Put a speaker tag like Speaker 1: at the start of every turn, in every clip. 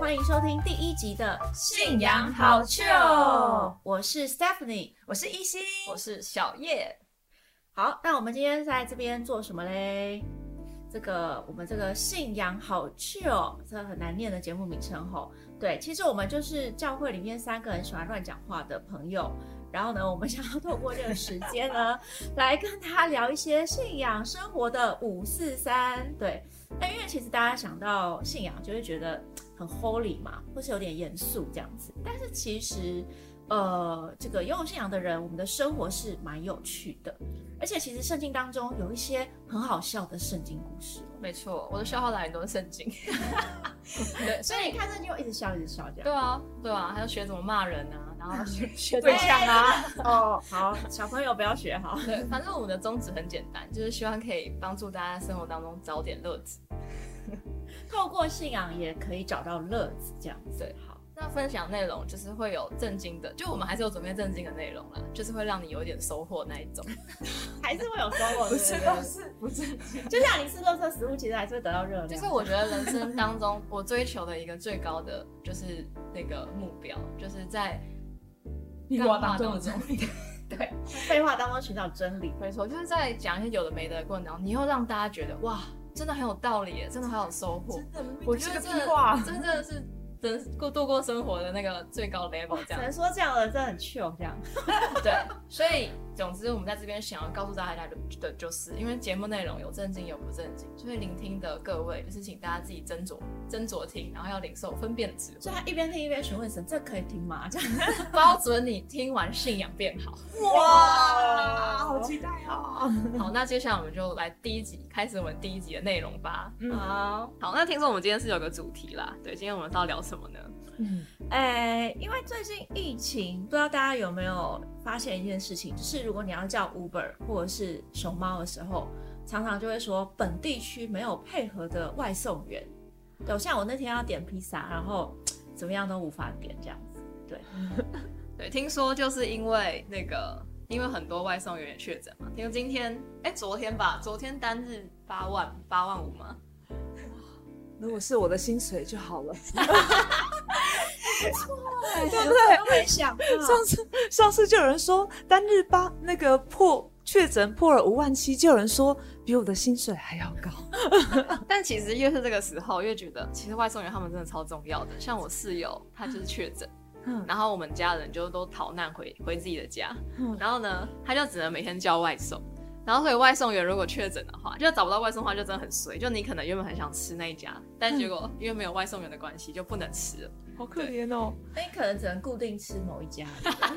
Speaker 1: 欢迎收听第一集的《
Speaker 2: 信仰好秀》，
Speaker 1: 我是 Stephanie。
Speaker 2: 我是一心，
Speaker 3: 我是小叶，
Speaker 1: 好，那我们今天在这边做什么嘞？这个我们这个信仰好 chill，这个很难念的节目名称吼。对，其实我们就是教会里面三个很喜欢乱讲话的朋友。然后呢，我们想要透过这个时间呢， 来跟大家聊一些信仰生活的五四三。对，那因为其实大家想到信仰，就会觉得很 holy 嘛，或是有点严肃这样子。但是其实，呃，这个拥有信仰的人，我们的生活是蛮有趣的。而且其实圣经当中有一些很好笑的圣经故事，
Speaker 3: 没错，我的消耗来源都是圣 经。对，所
Speaker 1: 所以
Speaker 3: 以
Speaker 1: 你看圣经就一直笑，一直笑这
Speaker 3: 对
Speaker 1: 样。
Speaker 3: 啊，对啊，还要学怎么骂人啊，然后 学学
Speaker 1: 对
Speaker 3: 对象啊。
Speaker 1: 哦， 好，小朋友不要学好。
Speaker 3: 对，反正我们的宗旨很简单，就是希望可以帮助大家生活当中找点乐子。
Speaker 1: 透过信仰也可以找到乐子，这样子。
Speaker 3: 对
Speaker 1: 好，
Speaker 3: 那分享内容就是会有正经的，就我们还是有准备正经的内容啦，就是会让你有一点收获那一种。
Speaker 2: 啊
Speaker 1: 还是会有收获。
Speaker 2: 不
Speaker 1: 对
Speaker 2: 是
Speaker 1: 不对
Speaker 2: 不是不是，
Speaker 1: 就像你吃垃圾食物，其实还是会得到热量。
Speaker 3: 就是我觉得人生当中，我追求的一个最高的就是那个目标，就是在
Speaker 2: 你
Speaker 3: 干
Speaker 2: 我
Speaker 3: 话
Speaker 2: 当中
Speaker 3: 当
Speaker 2: 的
Speaker 3: 中
Speaker 2: 中，
Speaker 3: 对。
Speaker 1: 废话当中寻找真理。
Speaker 3: 没错，就是在讲一些有的没的过程当中，你又让大家觉得哇，真的很有道理耶，真的很有收获。
Speaker 2: 真的，
Speaker 3: 我
Speaker 2: 我
Speaker 3: 觉
Speaker 2: 觉
Speaker 3: 得
Speaker 2: 得
Speaker 3: 这
Speaker 2: 这话，
Speaker 3: 这真的是真过度过生活的那个最高
Speaker 1: 哇
Speaker 3: level，这
Speaker 1: 只
Speaker 3: 样
Speaker 1: 能说这样的真的很 chill 这样。
Speaker 3: 对。所以，总之我们在这边想要告诉大家的，的就是因为节目内容有正经有不正经，所以聆听的各位就是请大家自己斟酌斟酌听，然后要领受分辨的智慧，
Speaker 1: 所以他一边听一边询问神：“这可以听吗？”这样
Speaker 3: 包准你听完信仰变好。
Speaker 2: 哇，好期待哦！
Speaker 3: 好，那接下来我们就来第一集开始我们第一集的内容吧。
Speaker 2: 嗯
Speaker 1: 好。
Speaker 3: 好，那听说我们今天是有个主题啦，对，今天我们到底聊什么呢？
Speaker 2: 嗯，
Speaker 1: 哎、因为最近疫情，不知道大家有没有发现一件事情，就是如果你要叫 Uber 或者是熊猫的时候，常常就会说本地区没有配合的外送员。对，像我那天要点披萨，然后怎么样都无法点这样子。
Speaker 3: 对，听说就是因为那个，因为很多外送员也确诊嘛。听说今天，哎、昨天吧，昨天单日八万八万五吗？
Speaker 2: 如果是我的薪水就好了。
Speaker 1: 对对，都没想 到。
Speaker 2: 上次嗯上次就有人说单日八那个破确诊破了五万七，就有人说比我的薪水还要高。
Speaker 3: 但其实越是这个时候，越觉得其实外送员他们真的超重要的。像我室友，他就是确诊，
Speaker 2: 嗯
Speaker 3: 然后我们家人就都逃难回回自己的家
Speaker 2: 嗯，
Speaker 3: 然后呢，他就只能每天叫外送。然后所以外送员如果确诊的话，就找不到外送的话，就真的很衰。就你可能原本很想吃那一家，
Speaker 2: 嗯
Speaker 3: 但结果因为没有外送员的关系，就不能吃了。
Speaker 2: 好可怜哦！
Speaker 1: 那你可能只能固定吃某一家，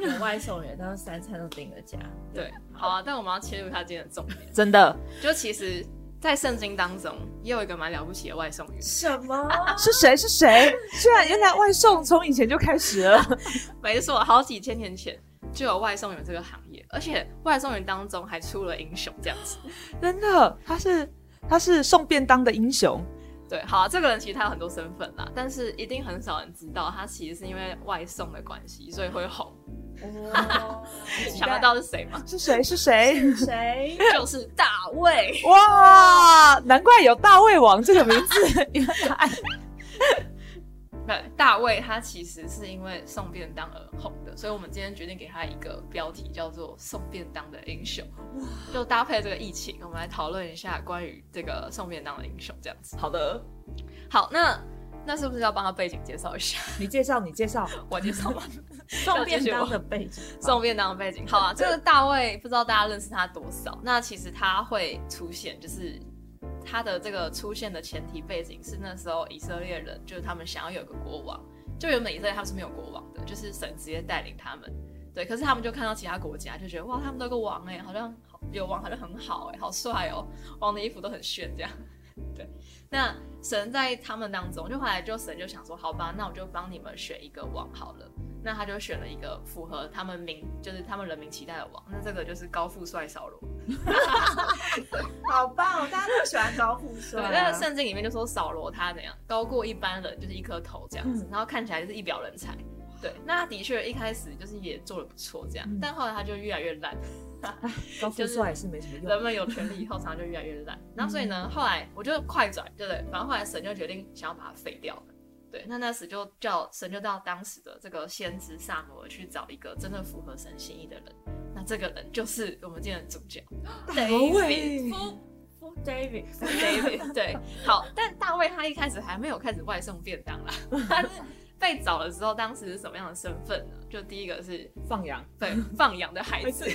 Speaker 1: 有外送员，但是三餐都订了家。
Speaker 3: 对，好啊，但我们要切入他今天的重点，
Speaker 2: 真的
Speaker 3: 就其实，在圣经当中也有一个蛮了不起的外送员，
Speaker 1: 什么？
Speaker 2: 是谁是谁？虽然原来外送从以前就开始了，
Speaker 3: 没错，好几千年前就有外送员这个行业，而且外送员当中还出了英雄这样子。
Speaker 2: 真的，他是他是送便当的英雄。
Speaker 3: 对，好、啊，这个人其实他有很多身份啦，但是一定很少人知道他其实是因为外送的关系，所以会红。想得到是谁吗？
Speaker 2: 是谁？是谁？
Speaker 1: 谁？
Speaker 3: 就是大卫。
Speaker 2: 哇，难怪有大胃王这个名字。原来
Speaker 3: 对，大卫他其实是因为送便当而红的，所以我们今天决定给他一个标题，叫做“送便当的英雄”，就搭配这个疫情，我们来讨论一下关于这个送便当的英雄这样子。
Speaker 2: 好的，
Speaker 3: 好，那那是不是要帮他背景介绍一下？
Speaker 2: 你介绍，你介绍。
Speaker 3: 我介绍吗？
Speaker 1: 送便当的背景。
Speaker 3: 送便当的背景，好啊，这个大卫不知道大家认识他多少。那其实他会出现，就是他的这个出现的前提背景是那时候以色列人就是他们想要有个国王，就原本以色列他们是没有国王的，就是神直接带领他们。对，可是他们就看到其他国家，就觉得哇，他们都有个王哎、好像好有王好像很好哎、好帅哦、王的衣服都很炫这样。 对，那神在他们当中，就后来就神就想说，好吧，那我就帮你们选一个王好了。那他就选了一个符合他们民，就是他们人民期待的王。那这个就是高富帅扫罗。
Speaker 1: 好棒哦！大家都喜欢高富帅
Speaker 3: 对，
Speaker 1: 啊
Speaker 3: 那圣经里面就说扫罗他怎样高过一般人，就是一颗头这样子，然后看起来就是一表人才。对，那他的确一开始就是也做的不错这样，
Speaker 2: 嗯
Speaker 3: 但后来他就越来越烂。
Speaker 2: 高富帅也是没什么用。
Speaker 3: 人们有权利以后，常常就
Speaker 2: 嗯
Speaker 3: 越来越烂。然后所以呢，后来我就快转，对不对？反正后来神就决定想要把它废掉了。对，那那时就叫神就到当时的这个先知萨摩尔去找一个真正符合神心意的人，那这个人就是我们今天的主角
Speaker 2: 大卫
Speaker 3: David 夫
Speaker 4: For David，
Speaker 3: David。对，好，但大卫他一开始还没有开始外送便当啦， 他是被找了之后，当时是什么样的身份呢？就第一个是
Speaker 2: 放羊，
Speaker 3: 对 放羊的孩 子，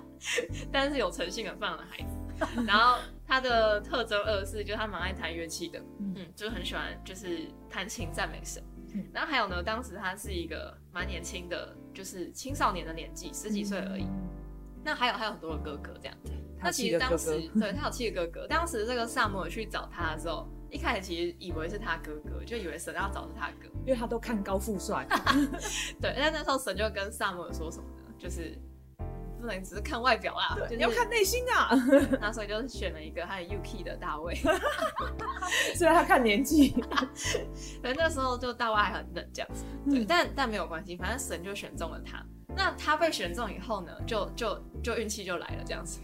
Speaker 3: 但是有诚信的放羊的孩子。然后他的特征二是，就是他蛮爱弹乐器的，
Speaker 2: 嗯
Speaker 3: 嗯，就是很喜欢就是弹琴赞美神
Speaker 2: 嗯。
Speaker 3: 然后还有呢，当时他是一个蛮年轻的，就是青少年的年纪，十几岁而
Speaker 2: 嗯
Speaker 3: 已。那还有还有很多的哥哥这样。那其实当时对他有七个哥哥，当时这个萨摩尔去找他的时候，一开始其实以为是他哥哥，就以为神要找是他哥。
Speaker 2: 因为他都看高富帅，
Speaker 3: 对，但那时候神就跟萨摩尔说什么呢？就是不能只是看外表啦，就是
Speaker 2: 你要看内心啊，
Speaker 3: 那所以就是选了一个他的 UK 的大卫，
Speaker 2: 虽然他看年纪，
Speaker 3: 对，那时候就大卫还很冷这样子，对，
Speaker 2: 嗯
Speaker 3: 但但没有关系，反正神就选中了他。那他被选中以后呢，就就就运气就来了这样子，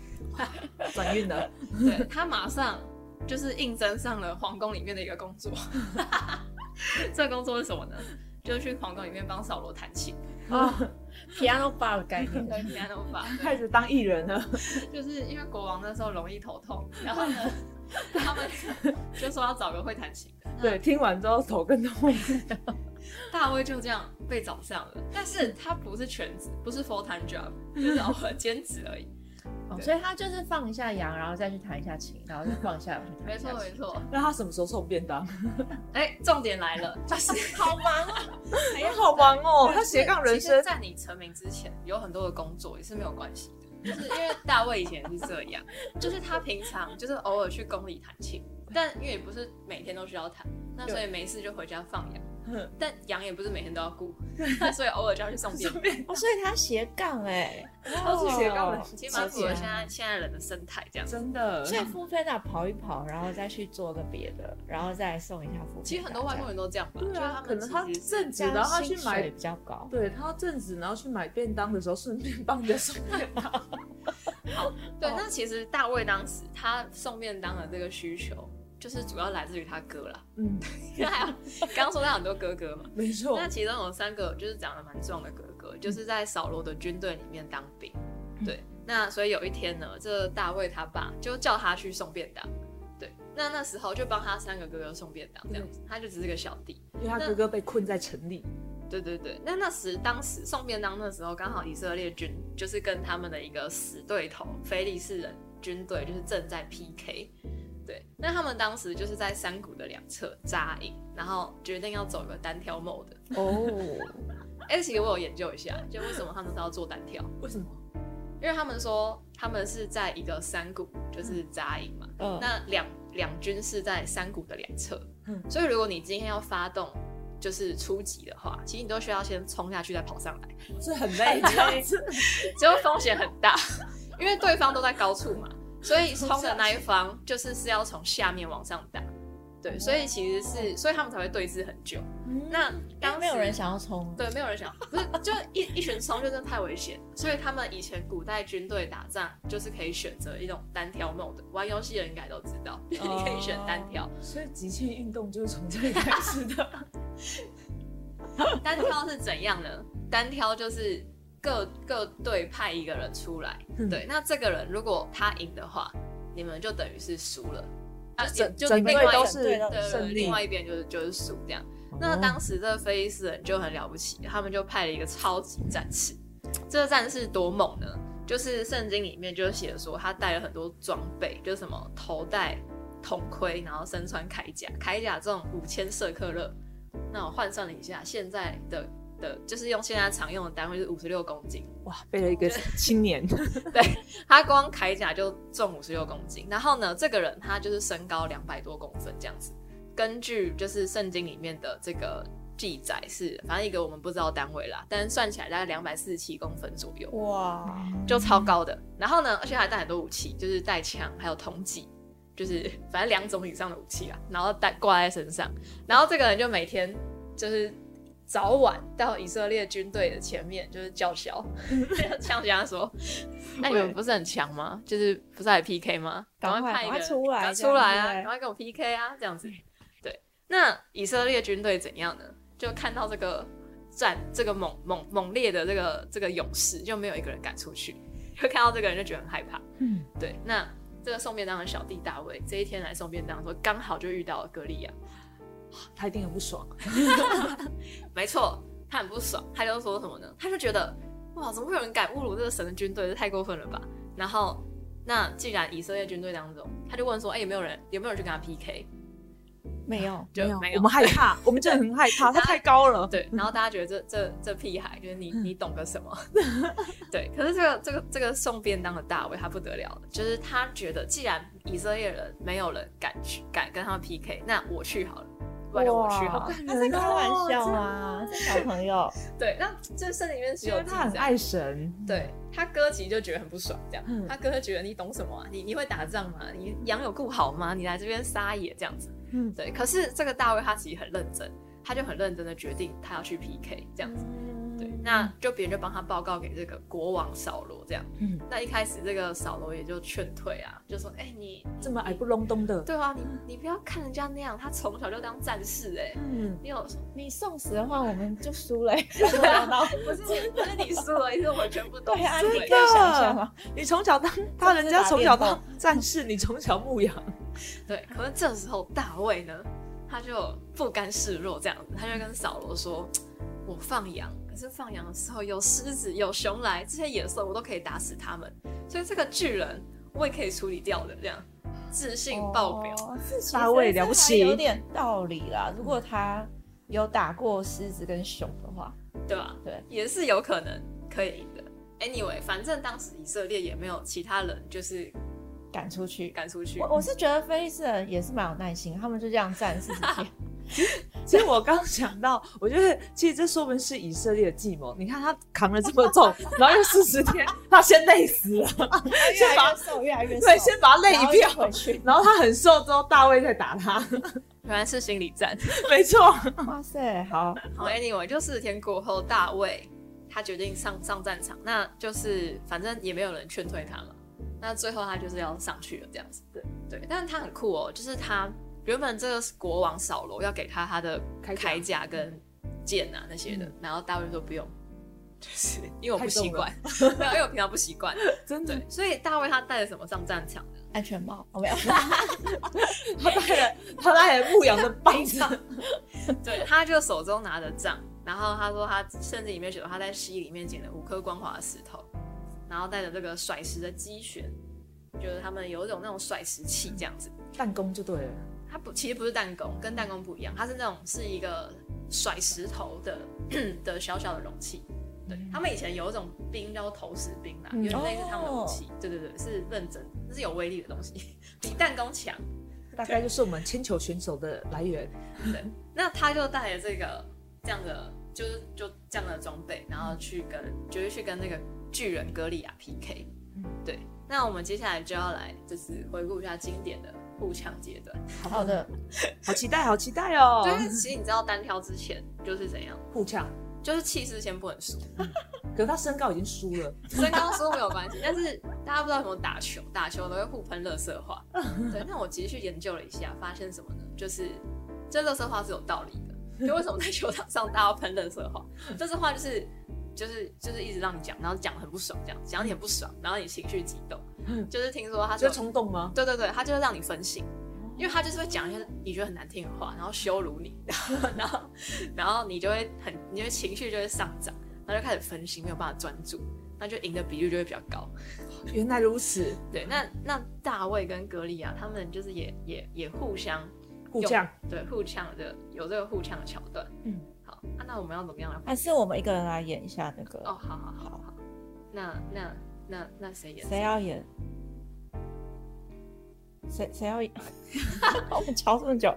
Speaker 2: 转运了，
Speaker 3: 对他马上就是应征上了皇宫里面的一个工作， 这个工作是什么呢？就是去皇宫里面帮扫罗弹琴，
Speaker 4: 啊，Piano Bar 的概念，
Speaker 3: 对，平安无法，对
Speaker 2: 开始当艺人了，
Speaker 3: 就是因为国王那时候容易头痛，然后呢，他们就说要找个会弹琴的，
Speaker 2: 对，听完之后头更痛，
Speaker 3: 大卫就这样被找上了，但是他不是全职，不是 full time job，就是偶尔兼职而已。
Speaker 4: 哦所以他就是放一下羊，然后再去弹一下琴，然后再放一 下羊去弹
Speaker 3: 没
Speaker 4: 一下
Speaker 3: 错
Speaker 4: 琴。
Speaker 3: 没错，
Speaker 2: 那他什么时候送便当？
Speaker 3: 哎、重点来了，就是
Speaker 4: 好忙啊！
Speaker 2: 哎呀，好忙哦，他斜杠人
Speaker 3: 其
Speaker 2: 生
Speaker 3: 实，在你成名之前，有很多的工作也是没有关系的，就是因为大卫以前也是这样，就是他平常就是偶尔去宫里弹琴，但因为也不是每天都需要弹，那所以没事就回家放羊，
Speaker 2: 嗯
Speaker 3: 但羊也不是每天都要顾，所以偶尔就要去送便 当，
Speaker 4: 哦，所以他斜杠哎，
Speaker 2: 都是斜杠人
Speaker 3: 其实蛮符合现在现在人的生态这样子。
Speaker 2: 真的，
Speaker 4: 所以付费那跑一跑，然后再去做个别的，然后再送一下付费。
Speaker 3: 其实很多外国人都这样吧，
Speaker 2: 对啊，可
Speaker 3: 就是
Speaker 2: 能
Speaker 3: 他
Speaker 2: 他
Speaker 3: 们其实
Speaker 2: 正职，
Speaker 4: 这样
Speaker 2: 然后他去
Speaker 4: 薪水
Speaker 2: 买
Speaker 4: 比较 高。
Speaker 2: 对他正职，然后去买便当的时候，顺便帮人家送便当。哦
Speaker 3: 对。那其实大卫当时他送便当的这个需求，就是主要来自于他哥啦，
Speaker 2: 嗯，
Speaker 3: 因为还有刚刚说他很多哥哥嘛，
Speaker 2: 没错
Speaker 3: 那，其中有三个就是长得蛮壮的哥哥，就是在扫罗的军队里面当兵。对，那所以有一天呢，这大卫他爸就叫他去送便当。对，那那时候就帮他三个哥哥送便当，这样子，他就只是个小弟。
Speaker 2: 因为他哥哥被困在城里，
Speaker 3: 对对对，那那时当时送便当的时候，刚好以色列军就是跟他们的一个死对头非利士人军队就是正在 PK。对，那他们当时就是在山谷的两侧扎营，然后决定要走一个单挑 mode。
Speaker 2: 哦，
Speaker 3: 哎、其实我有研究一下，就为什么他们都要做单挑，
Speaker 2: 为什么？
Speaker 3: 因为他们说他们是在一个山谷，就是扎营嘛。
Speaker 4: 嗯，
Speaker 3: 那两两军是在山谷的两侧，
Speaker 2: 嗯
Speaker 3: 所以如果你今天要发动就是初级的话，其实你都需要先冲下去再跑上来，
Speaker 2: 是很累这样子，
Speaker 3: 结果风险很大，因为对方都在高处嘛，所以冲的那一方就是是要从下面往上打。对，所以其实是，所以他们才会对峙很久。
Speaker 2: 嗯
Speaker 3: 那
Speaker 4: 当嗯
Speaker 3: 当
Speaker 4: 没有
Speaker 3: 时
Speaker 4: 人想要冲，
Speaker 3: 对，没有人想，不是，就一一群冲就真的太危险，所以他们以前古代军队打仗就是可以选择一种单挑 mode，玩游戏的人应该都知道， 你可以选单挑，
Speaker 2: 所以极限运动就是从这里开始的。
Speaker 3: 单挑是怎样呢？单挑就是各各队派一个人出来，
Speaker 2: 嗯
Speaker 3: 对，那这个人如果他赢的话，你们就等于是输了，啊，
Speaker 2: 整
Speaker 3: 就
Speaker 2: 整
Speaker 3: 另
Speaker 2: 队
Speaker 3: 外一
Speaker 2: 都
Speaker 3: 个
Speaker 2: 是
Speaker 4: 对
Speaker 3: 对
Speaker 2: 胜
Speaker 3: 对，
Speaker 2: 利哦
Speaker 3: 另，外一边就是就是输这样。那当时这菲利斯人就很了不起，他们就派了一个超级战士。这个战士多猛呢？就是圣经里面就写说，他带了很多装备，就是什么头戴铜盔，然后身穿铠甲，铠甲这种五千舍克勒。那我换算了一下，现在的的，就是用现在常用的单位是五十六公斤，
Speaker 2: 哇，背了一个青年，
Speaker 3: 他光铠甲就重五十六公斤，然后呢，这个人他就是身高两百多公分这样子。根据就是圣经里面的这个记载是，反正一个我们不知道单位啦，但算起来大概两百四十七公分左右，
Speaker 4: 哇，
Speaker 3: 就超高的。然后呢，而且还带很多武器，就是带枪，还有铜戟，就是反正两种以上的武器啦，然后带挂在身上。然后这个人就每天就是早晚到以色列军队的前面，就是叫嚣，
Speaker 4: 嗯
Speaker 3: 呛人家 说：“那你们不是很强吗？就是不是还 PK 吗？
Speaker 4: 赶
Speaker 3: 赶
Speaker 4: 快
Speaker 3: 快派一个
Speaker 4: 赶
Speaker 3: 人
Speaker 4: 快出来
Speaker 3: 赶快
Speaker 4: 这样
Speaker 3: 出来啊，
Speaker 4: 对不对
Speaker 3: 赶快跟我 PK 啊，这样子。”对，那以色列军队怎样呢？就看到这个战这个猛猛猛烈的这个这个勇士，就没有一个人敢出去， 就看到这个人就觉得很害怕。
Speaker 2: 嗯，
Speaker 3: 对，那这个送便当的小弟大卫这一天来送便当的时候，刚好就遇到了歌利亚。
Speaker 2: 他一定很不爽。啊
Speaker 3: 没错，他很不爽，他就说什么呢？他就觉得哇，怎么会有人敢侮辱这个神的军队？这太过分了吧！然后，那既然以色列军队当中，他就问说，哎、有没有人有没有人去跟他 PK？
Speaker 2: 没有，
Speaker 3: 就没有嗯
Speaker 2: 我们害怕，我们真的很害怕，他太高了。
Speaker 3: 对，然后大家觉得这这这屁孩，就是你你懂个什么？ 对，可是这个这个这个送便当的大卫他不得了了，就是他觉得既然以色列人没有人敢去敢跟他们 PK，那我去好了，不然就我去啊好了。
Speaker 4: 他在开玩笑啊，这小朋 友。
Speaker 3: 对，那这圣经里面只
Speaker 2: 因
Speaker 3: 有
Speaker 2: 为他很
Speaker 3: 记载
Speaker 2: 爱神，
Speaker 3: 对他哥其实就觉得很不爽，这样、
Speaker 2: 嗯
Speaker 3: 他哥就觉得你懂什么啊？你你会打仗吗？你羊有顾好吗？你来这边撒野这样子，
Speaker 2: 嗯
Speaker 3: 对。可是这个大卫他其实很认真，他就很认真的决定他要去 PK 这样子，
Speaker 2: 嗯
Speaker 3: 对。那就别人就帮他报告给这个国王扫罗这样，
Speaker 2: 嗯
Speaker 3: 那一开始这个扫罗也就劝退啊，就说哎、你
Speaker 2: 这么矮
Speaker 3: 你
Speaker 2: 不隆咚的，
Speaker 3: 对啊，你你不要看人家那样，他从小就当战士哎、
Speaker 2: 嗯，
Speaker 3: 你有
Speaker 4: 你送死的话，我们就输 了、欸。
Speaker 3: 不是不是你输了，是我全部都
Speaker 4: 对啊，
Speaker 3: 输
Speaker 4: 你
Speaker 3: 了
Speaker 4: 可以想象啊，
Speaker 2: 你从小当他人家从小当战士，你从小牧羊，
Speaker 3: 对，可是这时候大卫呢，他就不甘示弱，这样子，他就跟扫罗说：“我放羊，可是放羊的时候有狮子、有熊来，这些野兽我都可以打死他们，所以这个巨人我也可以处理掉的。”这样自信爆表，
Speaker 4: 哦，自己
Speaker 2: 大卫
Speaker 4: 真的
Speaker 2: 了不
Speaker 4: 还
Speaker 2: 起
Speaker 4: 有点道理啦。如果他有打过狮子跟熊的话，
Speaker 3: 对吧？
Speaker 4: 对，
Speaker 3: 也是有可能可以赢的。Anyway，反正当时以色列也没有其他人就是
Speaker 4: 赶出去。
Speaker 3: 赶出去，
Speaker 4: 我我是觉得菲利斯人也是蛮有耐心，他们就这样站四十 天。
Speaker 2: 其实我刚想到，我觉得其实这说明是以色列的计谋。你看他扛了这么重，然后又四十天，他先累死了，
Speaker 4: 越
Speaker 2: 先
Speaker 4: 来
Speaker 2: 把
Speaker 4: 越瘦，越来越瘦，
Speaker 2: 对，先把他累
Speaker 4: 然后
Speaker 2: 一
Speaker 4: 就
Speaker 2: 票
Speaker 4: 回，去。
Speaker 2: 然后他很瘦之后，大卫再打 他，
Speaker 3: 原来是心理战。
Speaker 2: 没错，
Speaker 4: 哇塞，好，
Speaker 3: 好，Anyway，就四十天过后，大卫他决定上上战场，那就是反正也没有人劝退他嘛，那最后他就是要上去了这样子。
Speaker 2: 对
Speaker 3: 对，但是他很酷哦，就是他原本这个国王扫罗要给他他的
Speaker 2: 铠甲
Speaker 3: 铠甲跟剑啊那些的，
Speaker 2: 嗯
Speaker 3: 然后大卫说不用，就是因为我不
Speaker 2: 太重
Speaker 3: 习惯， 没有因为我平常不习惯。
Speaker 2: 真的
Speaker 3: 对，，所以大卫他带了什么上战场呢？
Speaker 4: 安全帽，哦我没有。
Speaker 2: 他带了他带了牧羊的棒子，
Speaker 3: 对，他就手中拿着杖，然后他说他甚至里面写到他在溪里面捡了五颗光滑的石头，然后带着这个甩石的机旋，就是他们有一种那种甩石器这样子。
Speaker 2: 弹弓就对了，
Speaker 3: 它不其实不是弹弓，跟弹弓不一样，它是那种是一个甩石头的的 小小的容器。对他们以前有一种兵叫投石兵啦，
Speaker 2: 嗯
Speaker 3: 有点类似他们的武器。对对对，是认真，那是有威力的东西， 比弹弓强。
Speaker 2: 大概就是我们铅球选手的来源。
Speaker 3: 那他就带着这个这样的，就是就这样的装备，然后去跟就是去跟那个巨人歌利亚 PK。
Speaker 2: 嗯
Speaker 3: 对。那我们接下来就要来就是回顾一下经典的互抢阶段。
Speaker 4: 好的，
Speaker 2: 好期待，好期待哦！
Speaker 3: 对，因为其实你知道单挑之前就是怎样，
Speaker 2: 互呛，
Speaker 3: 就是气势先不能输，
Speaker 2: 可是他身高已经输了，
Speaker 3: 身高输没有关系，但是大家不知道怎么打球，打球都会互喷垃圾话。对，那我其实去研究了一下，发现什么呢？就是这垃圾话是有道理的，就为什么在球场上大家要喷垃圾话？垃圾话就是就是就是一直让你讲，然后讲得很不爽，这样讲你很不爽，然后你情绪激动，就是听说他
Speaker 2: 就
Speaker 3: 说
Speaker 2: 冲动吗？
Speaker 3: 对对对，他就是让你分心，因为他就是会讲一些你觉得很难听的话，然后羞辱你， 然后然后然后你就会很，你的情绪就会上涨，然后就开始分心，没有办法专注，那就赢的比率就会比较高。
Speaker 2: 原来如此，
Speaker 3: 对，那那大卫跟格利亚他们就是也也也互相
Speaker 2: 互呛，
Speaker 3: 对互呛的有这个互呛的桥段。
Speaker 2: 嗯，
Speaker 3: 好，啊、那我们要怎么样来？
Speaker 4: 还是我们一个人来演一下那个？
Speaker 3: 哦，好好好
Speaker 4: 好，
Speaker 3: 好，那那那那谁演？
Speaker 1: 啊
Speaker 4: 谁？要演？谁谁要演？ 我们吵这么久。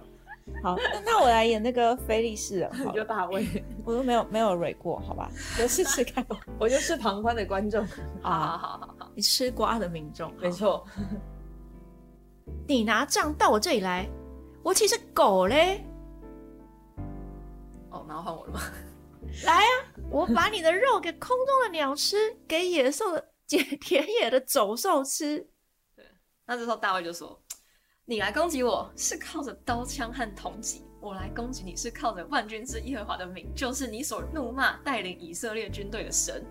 Speaker 4: 好，那那我来演那个菲利士人好
Speaker 2: 你就
Speaker 4: 了，
Speaker 2: 大卫，
Speaker 4: 我都没有没有蕊过，好吧， 我试试看。
Speaker 2: 我就是旁观的观众，
Speaker 3: 好好好好好，
Speaker 4: 你吃瓜的民众，
Speaker 2: 没错，
Speaker 4: 你拿杖到我这里来，我骑着狗嘞，
Speaker 3: 哦，然后换我了吗？
Speaker 4: 来呀、我把你的肉给空中的鸟吃，给野兽的给田野的走兽吃。
Speaker 3: 那这时候大卫就说：“你来攻击我是靠着刀枪和铜戟，我来攻击你是靠着万军之耶和华的名，就是你所怒骂带领以色列军队的神。”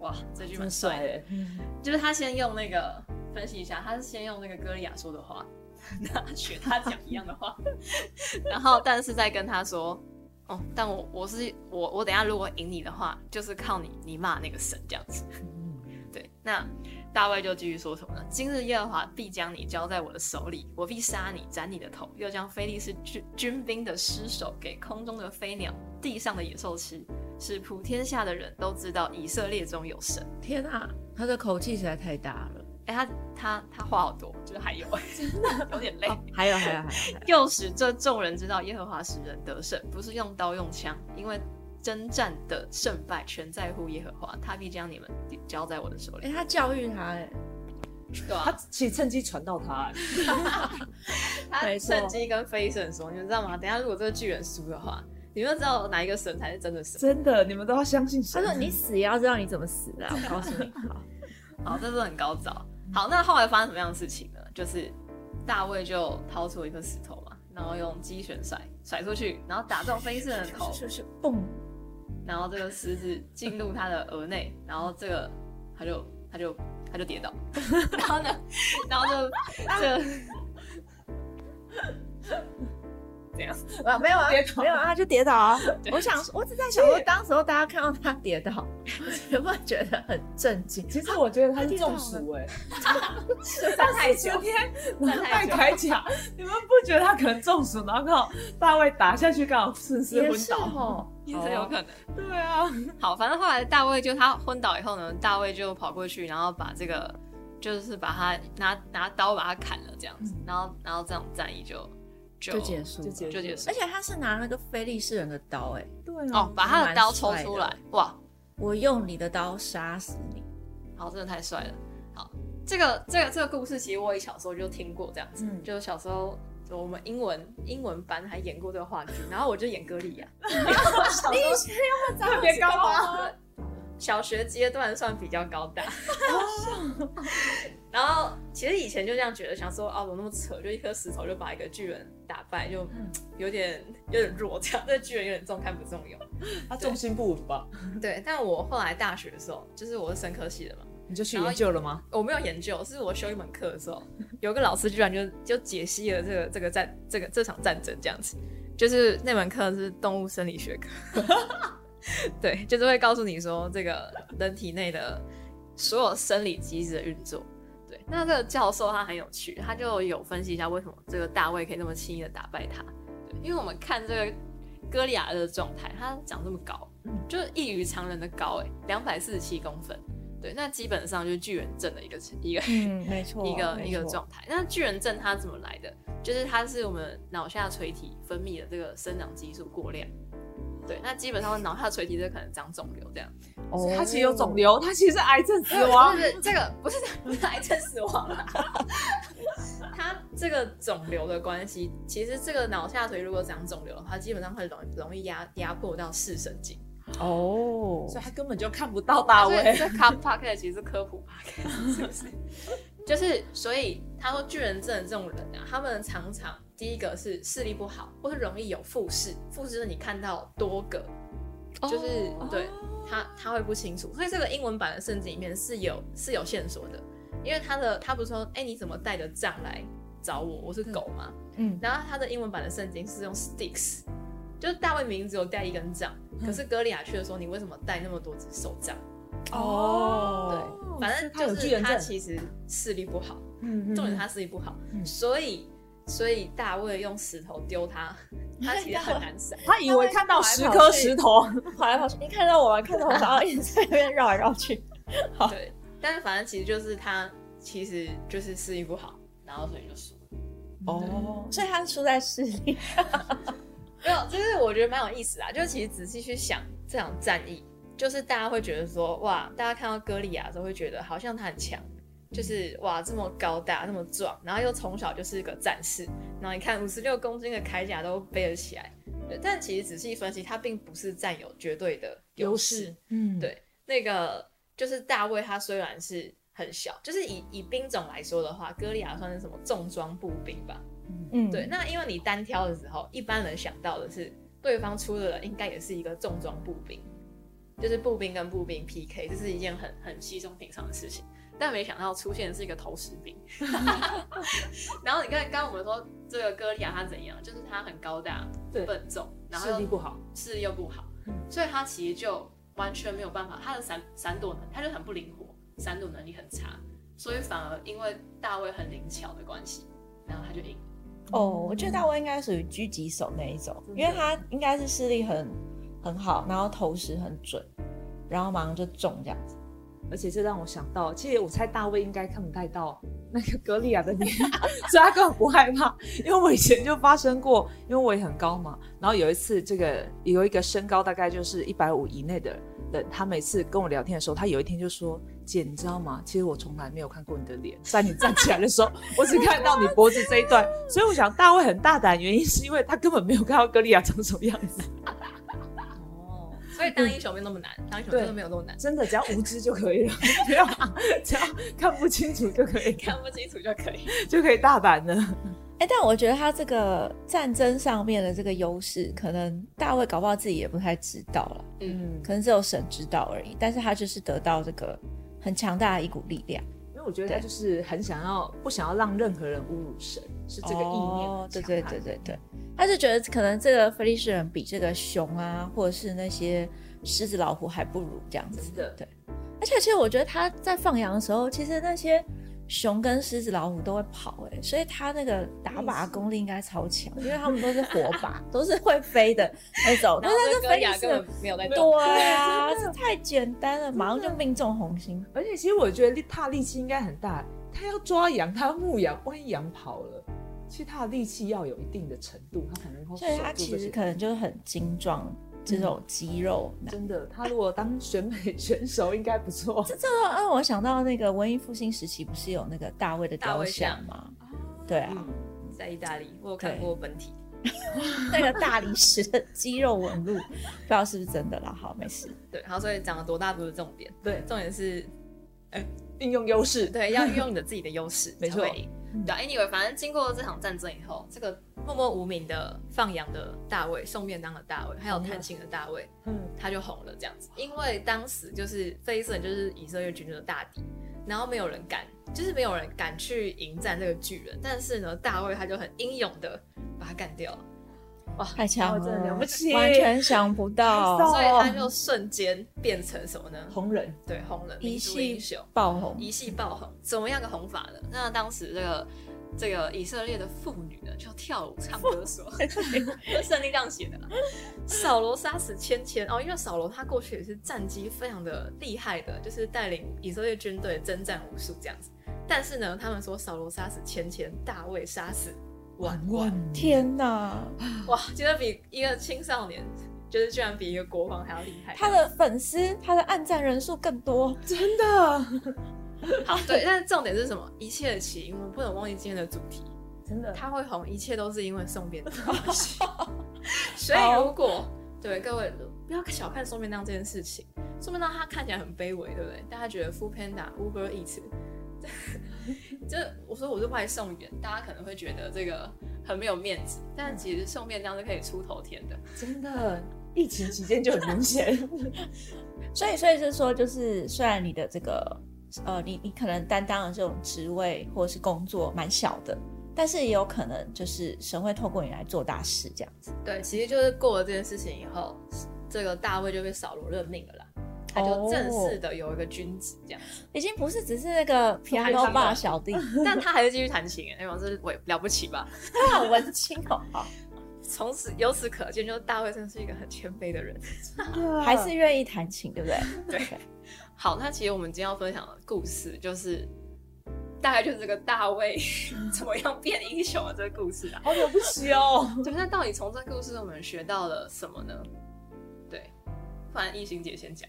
Speaker 3: 哇，这句蛮
Speaker 2: 真
Speaker 3: 帅
Speaker 2: 帅
Speaker 3: 的。
Speaker 2: 哎，
Speaker 3: 就是他先用那个分析一下，他是先用那个歌利亚说的话，那学他讲一样的话， 然后但是再跟他说，哦，但我我是我我等一下如果赢你的话，就是靠你你骂那个神这样子。
Speaker 2: 嗯
Speaker 3: 对，那大卫就继续说什么呢？今日耶和华必将你交在我的手里，我必杀你，斩你的头，又将非利士军军兵的尸首给空中的飞鸟、地上的野兽吃，使普天下的人都知道以色列中有神。
Speaker 4: 天啊，他的口气实在太大了。
Speaker 3: 哎、他他他话好多，就是还有，有点累。
Speaker 4: 还有还有还有，
Speaker 3: 又使这众人知道耶和华使人得胜，不是用刀用枪，因为征战的胜败全在乎耶和华，他必将你们交在我的手
Speaker 4: 哎、
Speaker 3: 里。
Speaker 4: 他教育他、哎，
Speaker 3: 对
Speaker 2: 他
Speaker 3: 啊，
Speaker 2: 其实趁机传到他，哎
Speaker 3: 他
Speaker 4: 没错
Speaker 3: 趁机跟非神说，你们知道吗？等一下如果这个巨人输的话，你们就知道哪一个神才是真的神。
Speaker 2: 真的，你们都要相信
Speaker 4: 他
Speaker 2: 神。
Speaker 4: 说你死也要知道你怎么死的、我告诉你。好，
Speaker 3: 好，这是很高招。好，那后来发生什么样的事情呢？就是大卫就掏出一颗石头嘛，然后用机旋甩甩出去，然后打中非利士人的头，
Speaker 4: 是是蹦，
Speaker 3: 然后这个石子进入他的额内，然后这个他就他就他就跌倒， 然后呢，然后就这个怎样？
Speaker 4: 啊没有啊
Speaker 2: 跌倒
Speaker 4: 没有啊，他就跌倒啊。
Speaker 3: 对
Speaker 4: 我想说，我只在想说， 当时候大家看到他跌倒， 有没有觉得很震惊？
Speaker 2: 其实我觉得他是中暑哎，
Speaker 3: 站太久
Speaker 2: 秋，天
Speaker 3: 站太
Speaker 2: 戴
Speaker 3: 久，
Speaker 2: 铠甲，你们不觉得他可能中暑，然后刚好大卫打下去，刚好顺势
Speaker 4: 也
Speaker 2: 昏
Speaker 4: 是
Speaker 2: 倒？
Speaker 4: 哦，
Speaker 3: 也是有可能。
Speaker 2: 对啊，
Speaker 3: 好，反正后来大卫就他昏倒以后呢，大卫就跑过去，然后把这个就是把他拿拿刀把他砍了这样子，然后然后这种战役就
Speaker 4: 嗯
Speaker 3: 就
Speaker 4: 就结束了
Speaker 2: 就结
Speaker 3: 就结束
Speaker 4: 而且他是拿那个菲利士人的刀、哎，
Speaker 2: 对啊
Speaker 3: 哦，把他的刀抽
Speaker 4: 蛮帅的
Speaker 3: 出来，哇，
Speaker 4: 我用你的刀杀死你。
Speaker 3: 好，真的太帅了。好，这个这个这个故事，其实我也小时候就听过这样子，
Speaker 4: 嗯
Speaker 3: 就小时候我们英文英文班还演过这个话剧，然后我就演歌啊利亚。你以前有特别
Speaker 2: 啊
Speaker 3: 高吗？小学阶段算比较高大，哦 然后其实以前就这样觉得，想说哦，怎么那么扯，就一颗石头就把一个巨人打败，就
Speaker 4: 嗯
Speaker 3: 有点有点弱，这样这巨人有点重看不重用。
Speaker 2: 他重心不稳吧？
Speaker 3: 对，但我后来大学的时候，就是我是生科系的嘛，
Speaker 2: 你就去研究了吗？
Speaker 3: 我没有研究，是我修一门课的时候，有个老师居然就就解析了这个这个战这个这场战争这样子，就是那门课是动物生理学课， 对，就是会告诉你说这个人体内的所有生理机制的运作。对，那这个教授他很有趣，他就有分析一下为什么这个大卫可以那么轻易的打败他。对，因为我们看这个哥利亚的状态，他长这么高，就是异于常人的高、欸，哎，两百四十七公分。对，那基本上就是巨人症的一个一个、
Speaker 4: 嗯，没错
Speaker 3: 一个
Speaker 2: 没错
Speaker 3: 一个状态。那巨人症它怎么来的？就是它是我们脑下垂体分泌的这个生长激素过量。对，那基本上脑下垂体这可能长肿瘤这样。
Speaker 4: 哦
Speaker 2: 所以他其实有肿瘤，他其实是癌症死 亡
Speaker 3: 不。是这个不是不是癌症死亡啦。它这个肿瘤的关系，其实这个脑下垂如果长肿瘤的话，基本上会容容易压压迫到视神经。
Speaker 2: 哦，所以他根本就看不到大
Speaker 3: 所以
Speaker 2: 卫。
Speaker 3: 这 c o p podcast 其实是科普 podcast，是不 是？就是，所以他说巨人症的这种人啊，他们常常第一个是视力不好，或是容易有复视，复视是你看到多个，就是、对他他会不清楚，所以这个英文版的圣经里面是有是有线索的，因为他的他不是说，哎、你怎么带着杖来找我？我是狗吗？
Speaker 4: 嗯，
Speaker 3: 然后他的英文版的圣经是用 sticks，就是大卫明明只有带一根杖，可是歌利亚却说你为什么带那么多只手杖？
Speaker 2: 哦，
Speaker 3: 对，反
Speaker 2: 他有
Speaker 3: 正就
Speaker 2: 巨
Speaker 3: 是
Speaker 2: 人
Speaker 3: 他
Speaker 2: 症，
Speaker 3: 其实视力不好，
Speaker 4: 嗯
Speaker 3: 重点他视力不好，
Speaker 4: 嗯
Speaker 3: 所以所以大卫用石头丢 他，他其实很难闪。
Speaker 2: 他以为看到十颗石头，
Speaker 4: 跑来跑去，你看到我吗？看到我吗，然后一直在那边绕来绕去。
Speaker 3: 对，但是反正其实就是他其实就是视力不好，然后所以就输了。
Speaker 2: 哦
Speaker 4: 所以他输在视力。
Speaker 3: 没有，就是我觉得蛮有意思啊。就其实仔细去想这场战役，就是大家会觉得说，哇，大家看到歌利亚的时候会觉得好像他很强，就是哇这么高大，那么壮，然后又从小就是个战士，然后你看五十六公斤的铠甲都背得起来。对但其实仔细分析，他并不是占有绝对的优势。
Speaker 4: 嗯，
Speaker 3: 对那个就是大卫，他虽然是很小，就是以以兵种来说的话，歌利亚算是什么重装步兵吧？
Speaker 4: 嗯嗯，
Speaker 3: 对，那因为你单挑的时候，一般人想到的是对方出的人应该也是一个重装步兵，就是步兵跟步兵 PK，这是一件很很稀松平常的事情。但没想到出现的是一个投石 兵。然后你看，刚刚我们说这个歌利亚他怎样，就是他很高大、
Speaker 2: 对
Speaker 3: 笨重，然后
Speaker 2: 视力不好，
Speaker 3: 视力又不好，
Speaker 2: 嗯
Speaker 3: 所以他其实就完全没有办法，他的闪闪躲能他就很不灵活，闪躲能力很差，所以反而因为大卫很灵巧的关系，然后他就赢。
Speaker 1: 哦，我
Speaker 2: 嗯
Speaker 1: 觉得大卫应该属于狙击手那一种，
Speaker 3: 真的
Speaker 1: 因为他应该是视力很很好，然后投石很准，然后马上就中这样子。
Speaker 2: 而且这让我想到，其实我猜大卫应该看不太到那个格利亚的脸，所以他根本不害怕。 因为我以前就发生过，因为我也很高嘛。然后有一次，这个有一个身高大概就是一百五以内的人，他每次跟我聊天的时候，他有一天就说：“姐，你知道吗？其实我从来没有看过你的脸，在你站起来的 时候，我只看到你脖子这一段。”所以我想大卫很大胆，原因是因为他根本没有看到格利亚长什么样子。
Speaker 3: 哦，所以当英雄没有那么难，当英雄真的没有那么难，
Speaker 2: 真的，只要无知就可以了，不要只要看不清楚就可以了。
Speaker 3: 看不清楚就 可以。
Speaker 2: 就可以大胆的。
Speaker 1: 哎、但我觉得他这个战争上面的这个优势，可能大卫搞不好自己也不太知道了，
Speaker 3: 嗯，
Speaker 1: 可能只有神知道而已。但是他就是得到这个很强大的一股力量。
Speaker 2: 因为我觉得他就是很想要，不想要让任何人侮辱神，是这个意念。
Speaker 1: 哦，对对对对对，他就觉得可能这个菲利士人比这个熊啊，或者是那些狮子、老虎还不如这样子
Speaker 2: 真。的
Speaker 1: 对，而且其实我觉得他在放羊的时候，其实那些熊跟狮子、老虎都会跑、欸，所以他那个打靶功力应该超强，因为他 们都是活靶，都是会飞的那种。但
Speaker 3: 然后
Speaker 1: 是
Speaker 3: 那
Speaker 1: 这
Speaker 3: 哥
Speaker 1: 菲利
Speaker 3: 雅
Speaker 1: 士
Speaker 3: 根
Speaker 1: 人，
Speaker 3: 本没有在动，
Speaker 1: 对 啊，这太简单了，马上就命中红心。
Speaker 2: 而且其实我觉得力他力气应该很大，他要抓羊，他要牧羊，万一羊跑了，其实他的力气要有一定的程度，他才能够守
Speaker 1: 所以他
Speaker 2: 住
Speaker 1: 其
Speaker 2: 这
Speaker 1: 实
Speaker 2: 些。
Speaker 1: 可能就是很精壮，这
Speaker 2: 嗯
Speaker 1: 种肌肉男。
Speaker 2: 真的，他如果当选美选手应该不 错。
Speaker 1: 这让啊我想到那个文艺复兴时期，不是有那个大卫的雕像吗？对
Speaker 2: 嗯
Speaker 1: 啊，
Speaker 3: 在意大利，我有看过本体。
Speaker 1: 那个大理石的肌肉纹路，不知道是不是真的啦。好，没事。
Speaker 3: 对，然后所以长得多大不是重点，
Speaker 2: 对，
Speaker 3: 重点是
Speaker 2: 运用优势。
Speaker 3: 对要运用你的自己的优 势
Speaker 2: 没
Speaker 3: 才
Speaker 2: 错
Speaker 3: 会赢。对啊，anyway，反正经过这场战争以后，这个默默无名的放羊的大卫、送便当的大卫，还有弹琴的大卫，
Speaker 2: 嗯，
Speaker 3: 他就红了这样子。因为当时就是菲利斯人就是以色列军队的大敌，然后没有人敢，就是没有人敢去迎战这个巨人。但是呢，大卫他就很英勇的把他干掉了，
Speaker 1: 太强
Speaker 2: 哦真的了
Speaker 1: 了，
Speaker 2: 不起
Speaker 1: 完全想不
Speaker 2: 太
Speaker 1: 到
Speaker 2: 骚哦
Speaker 3: 所以他就瞬间变成什么呢？
Speaker 2: 红人
Speaker 3: 对，红人
Speaker 1: 一
Speaker 3: 民族
Speaker 1: 系
Speaker 3: 英雄。
Speaker 1: 爆红。
Speaker 3: 一系爆红，怎么样个红法呢？那当时这个这个以色列的妇女呢，就跳舞唱歌说， 圣经这样写的啦。扫罗杀死千千哦，因为扫罗他过去也是战绩非常的厉害的，就是带领以色列军队征战无数这样子。但是呢，他们说扫罗杀死千千，大卫杀死万万，
Speaker 1: 天哪，
Speaker 3: 哇，觉得比一个青少年，就是居然比一个国王还要厉害。
Speaker 1: 他的粉丝，他的暗赞人数更多。
Speaker 2: 真的
Speaker 3: 好对，但是重点是什么？一切的起因，我们不能忘记今天的主题。
Speaker 2: 真的，
Speaker 3: 他会红，一切都是因为送便当的关系。所以如果对各位不要小看送便当这件事情，送便当它看起来很卑微，对不对？大家觉得 Food Panda、Uber Eats，就是我说我是外送员，大家可能会觉得这个很没有面子，但其实送便当是可以出头天的。
Speaker 2: 真的，疫情期间就很明显。
Speaker 1: 所以，所以是说，就是虽然你的这个呃，你你可能担当的这种职位或者是工作蛮小的，但是也有可能就是神会透过你来做大事这样子。
Speaker 3: 对，其实就是过了这件事情以后，这个大卫就被扫罗任命了啦，他就正式的有一个军职这样。
Speaker 1: 已经不是只是那 个
Speaker 3: 弹琴
Speaker 1: piano
Speaker 3: 了
Speaker 1: 爸小弟，
Speaker 3: 但他还是继续弹琴，哎，我是伟了不起吧？
Speaker 1: 他好文青好不好？
Speaker 3: 从此由此可见，就是大卫真的是一个很谦卑的人。
Speaker 1: 还是愿意弹琴，对不对？
Speaker 3: 对。好，那其实我们今天要分享的故事就是，大概就是这个大卫怎么样变英雄的这个故事啊。
Speaker 2: 好了不起哦。
Speaker 3: 对，那到底从这个故事中我们学到了什么呢？对，不然艺兴姐先讲。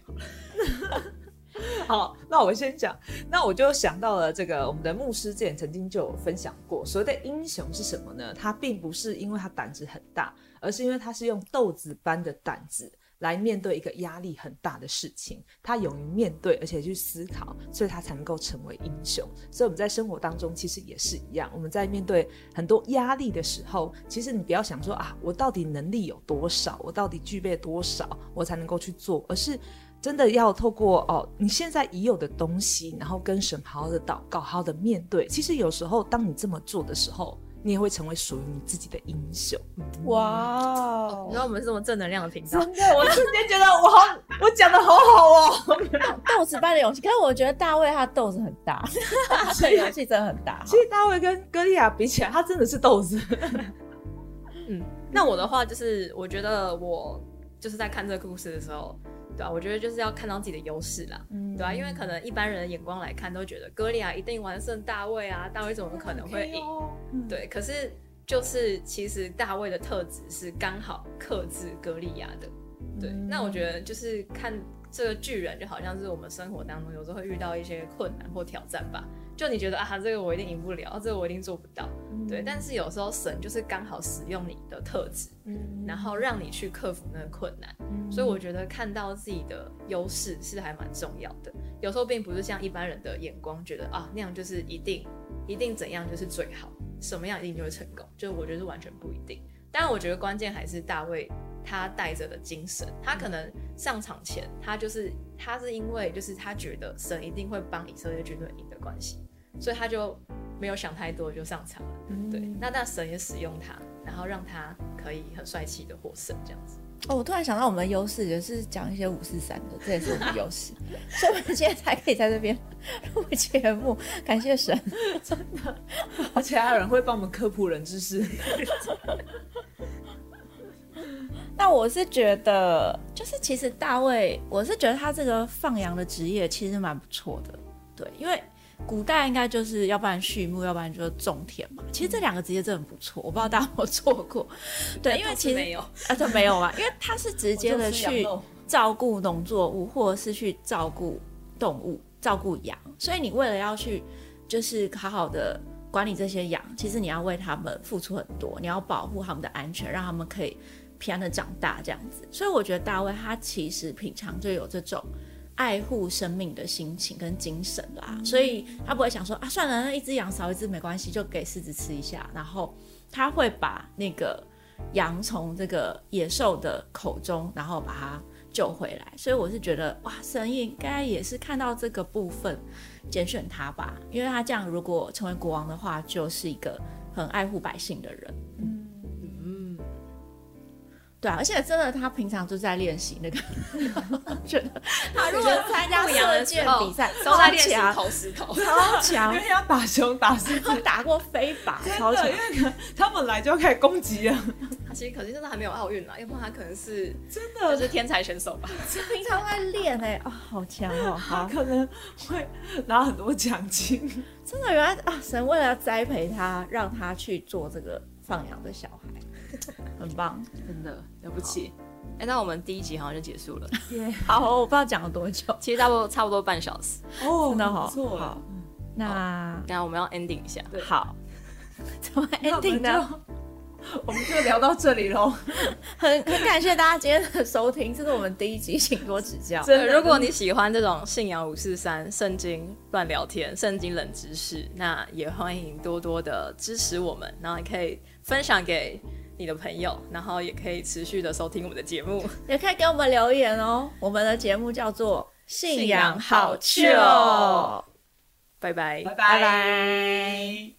Speaker 2: 好，那我先讲，那我就想到了这个，我们的牧师之前曾经就有分享过，所谓的英雄是什么呢？他并不是因为他胆子很大，而是因为他是用豆子般的胆子来面对一个压力很大的事情，他勇于面对，而且去思考，所以他才能够成为英雄。所以我们在生活当中其实也是一样，我们在面对很多压力的时候，其实你不要想说啊，我到底能力有多少，我到底具备多少，我才能够去做，而是。真的要透过哦，你现在已有的东西，然后跟神好好的祷告，好好的面对。其实有时候，当你这么做的时候，你也会成为属于你自己的英雄。
Speaker 1: 哇哦
Speaker 3: 你知道我们是这么正能哦量的频道，
Speaker 2: 真的， 我瞬间觉得我好，我讲的好好哦。
Speaker 1: 豆子般的勇气，可是我觉得大卫他豆子很 大，他的勇气真的很大。
Speaker 2: 其实大卫跟歌利亚比起来，他真的是豆子。
Speaker 3: 嗯，那我的话就是，我觉得我就是在看这个故事的时候，对啊，我觉得就是要看到自己的优势啦，
Speaker 1: 嗯
Speaker 3: 对啊，因为可能一般人的眼光来看，都觉得歌利亚一定完胜大卫啊，大卫怎么可能会
Speaker 2: 哦
Speaker 3: 赢？
Speaker 2: 嗯
Speaker 3: 对，可是就是其实大卫的特质是刚好克制歌利亚的，对。
Speaker 2: 嗯
Speaker 3: 那我觉得就是看这个巨人，就好像是我们生活当中有时候会遇到一些困难或挑战吧。就你觉得啊，这个我一定赢不了，啊这个我一定做不到，
Speaker 2: 嗯
Speaker 3: 对。但是有时候神就是刚好使用你的特质，
Speaker 2: 嗯
Speaker 3: 然后让你去克服那个困难。所以 我觉得看到自己的优势是还蛮重要的。有时候并不是像一般人的眼光觉得啊那样就是一定一定怎样就是最好，什么样一定就会成功，就是我觉得是完全不一定。当然，我觉得关键还是大卫他带着的精神。他可能上场前，他就是他是因为就是他觉得神一定会帮以色列军队赢的关系，所以他就没有想太多就上场了。
Speaker 1: 嗯
Speaker 3: 对，那但神也使用他，然后让他可以很帅气的获胜这样子。
Speaker 1: 哦，我突然想到我们的优势就是讲一些五四三的，这也是我们的优势，所以我们今天才可以在这边录节目，感谢神。
Speaker 2: 而且还有人会帮我们科普人知 识。
Speaker 1: 那我是觉得，就是其实大卫，我是觉得他这个放羊的职业其实蛮不错的，对，因为古代应该就是要不然畜牧，要不然就是种田嘛。其实这两个职业真的很不错，我不知道大家有没有做过，对，因为
Speaker 3: 倒哎是
Speaker 1: 其
Speaker 3: 没
Speaker 1: 实
Speaker 3: 有，
Speaker 1: 啊，这没有啊，因为他是直接的去照顾农作物，或者是去照顾动物、照顾羊，所以你为了要去就是好好的管理这些羊，其实你要为他们付出很多，你要保护他们的安全，让他们可以平安的长大这样子。所以我觉得大卫他其实平常就有这种。爱护生命的心情跟精神啦，所以他不会想说啊，算了，那一只羊少一只没关系，就给狮子吃一下。然后他会把那个羊从这个野兽的口中，然后把它救回来。所以我是觉得，哇，神应该也是看到这个部分，拣选他吧，因为他这样如果成为国王的话，就是一个很爱护百姓的人。
Speaker 3: 嗯，
Speaker 1: 对啊，而且真的，他平常就在练习那个， 我觉得他如果参加射箭比 赛，
Speaker 3: 都在
Speaker 1: 超
Speaker 3: 练习
Speaker 1: 强，
Speaker 3: 投石头。
Speaker 1: 超强
Speaker 2: 因，为要打熊打 狮子，
Speaker 1: 他打过飞靶，超
Speaker 2: 真
Speaker 1: 强
Speaker 2: 的，因。为可能他们来就要开始攻击 了。
Speaker 3: 他其实可惜真的还没有奥运啦，要不然他可能是
Speaker 2: 真
Speaker 3: 就
Speaker 2: 的，
Speaker 3: 是天才选手吧。
Speaker 1: 平常在练哎、哦，好强哦，好，
Speaker 2: 可能会拿很多奖金。
Speaker 1: 真的，原来啊，神为了要栽培他，让他去做这个放羊的小孩，很 棒。
Speaker 5: 真的
Speaker 2: 了不起，
Speaker 5: 哎、那我们第一集好像就结束了，
Speaker 1: 好，我不知道讲了多久，
Speaker 5: 其实差不多差不多半小时。
Speaker 2: 哦，
Speaker 1: 真的好
Speaker 2: 不错
Speaker 1: 好。那
Speaker 5: 等一下我们要 ending 一下，
Speaker 1: 好，怎么
Speaker 2: 那 我们
Speaker 1: ending 呢？
Speaker 2: 就？我们就聊到这里喽。
Speaker 1: 很很感谢大家今天的收听，这是我们第一集，请多指 教。
Speaker 2: 真
Speaker 5: 对，如果你喜欢这种信仰五四三、圣经乱聊天、圣经冷知识，那也欢迎多多的支持我们，然后也可以分享给你的朋友，然后也可以持续的收听我们的节目。
Speaker 1: 也可以给我们留言哦。我们的节目叫做《信
Speaker 5: 信
Speaker 1: 仰
Speaker 5: 仰
Speaker 1: 好
Speaker 5: 好
Speaker 1: 趣哦》。
Speaker 5: 拜拜。
Speaker 2: 拜拜。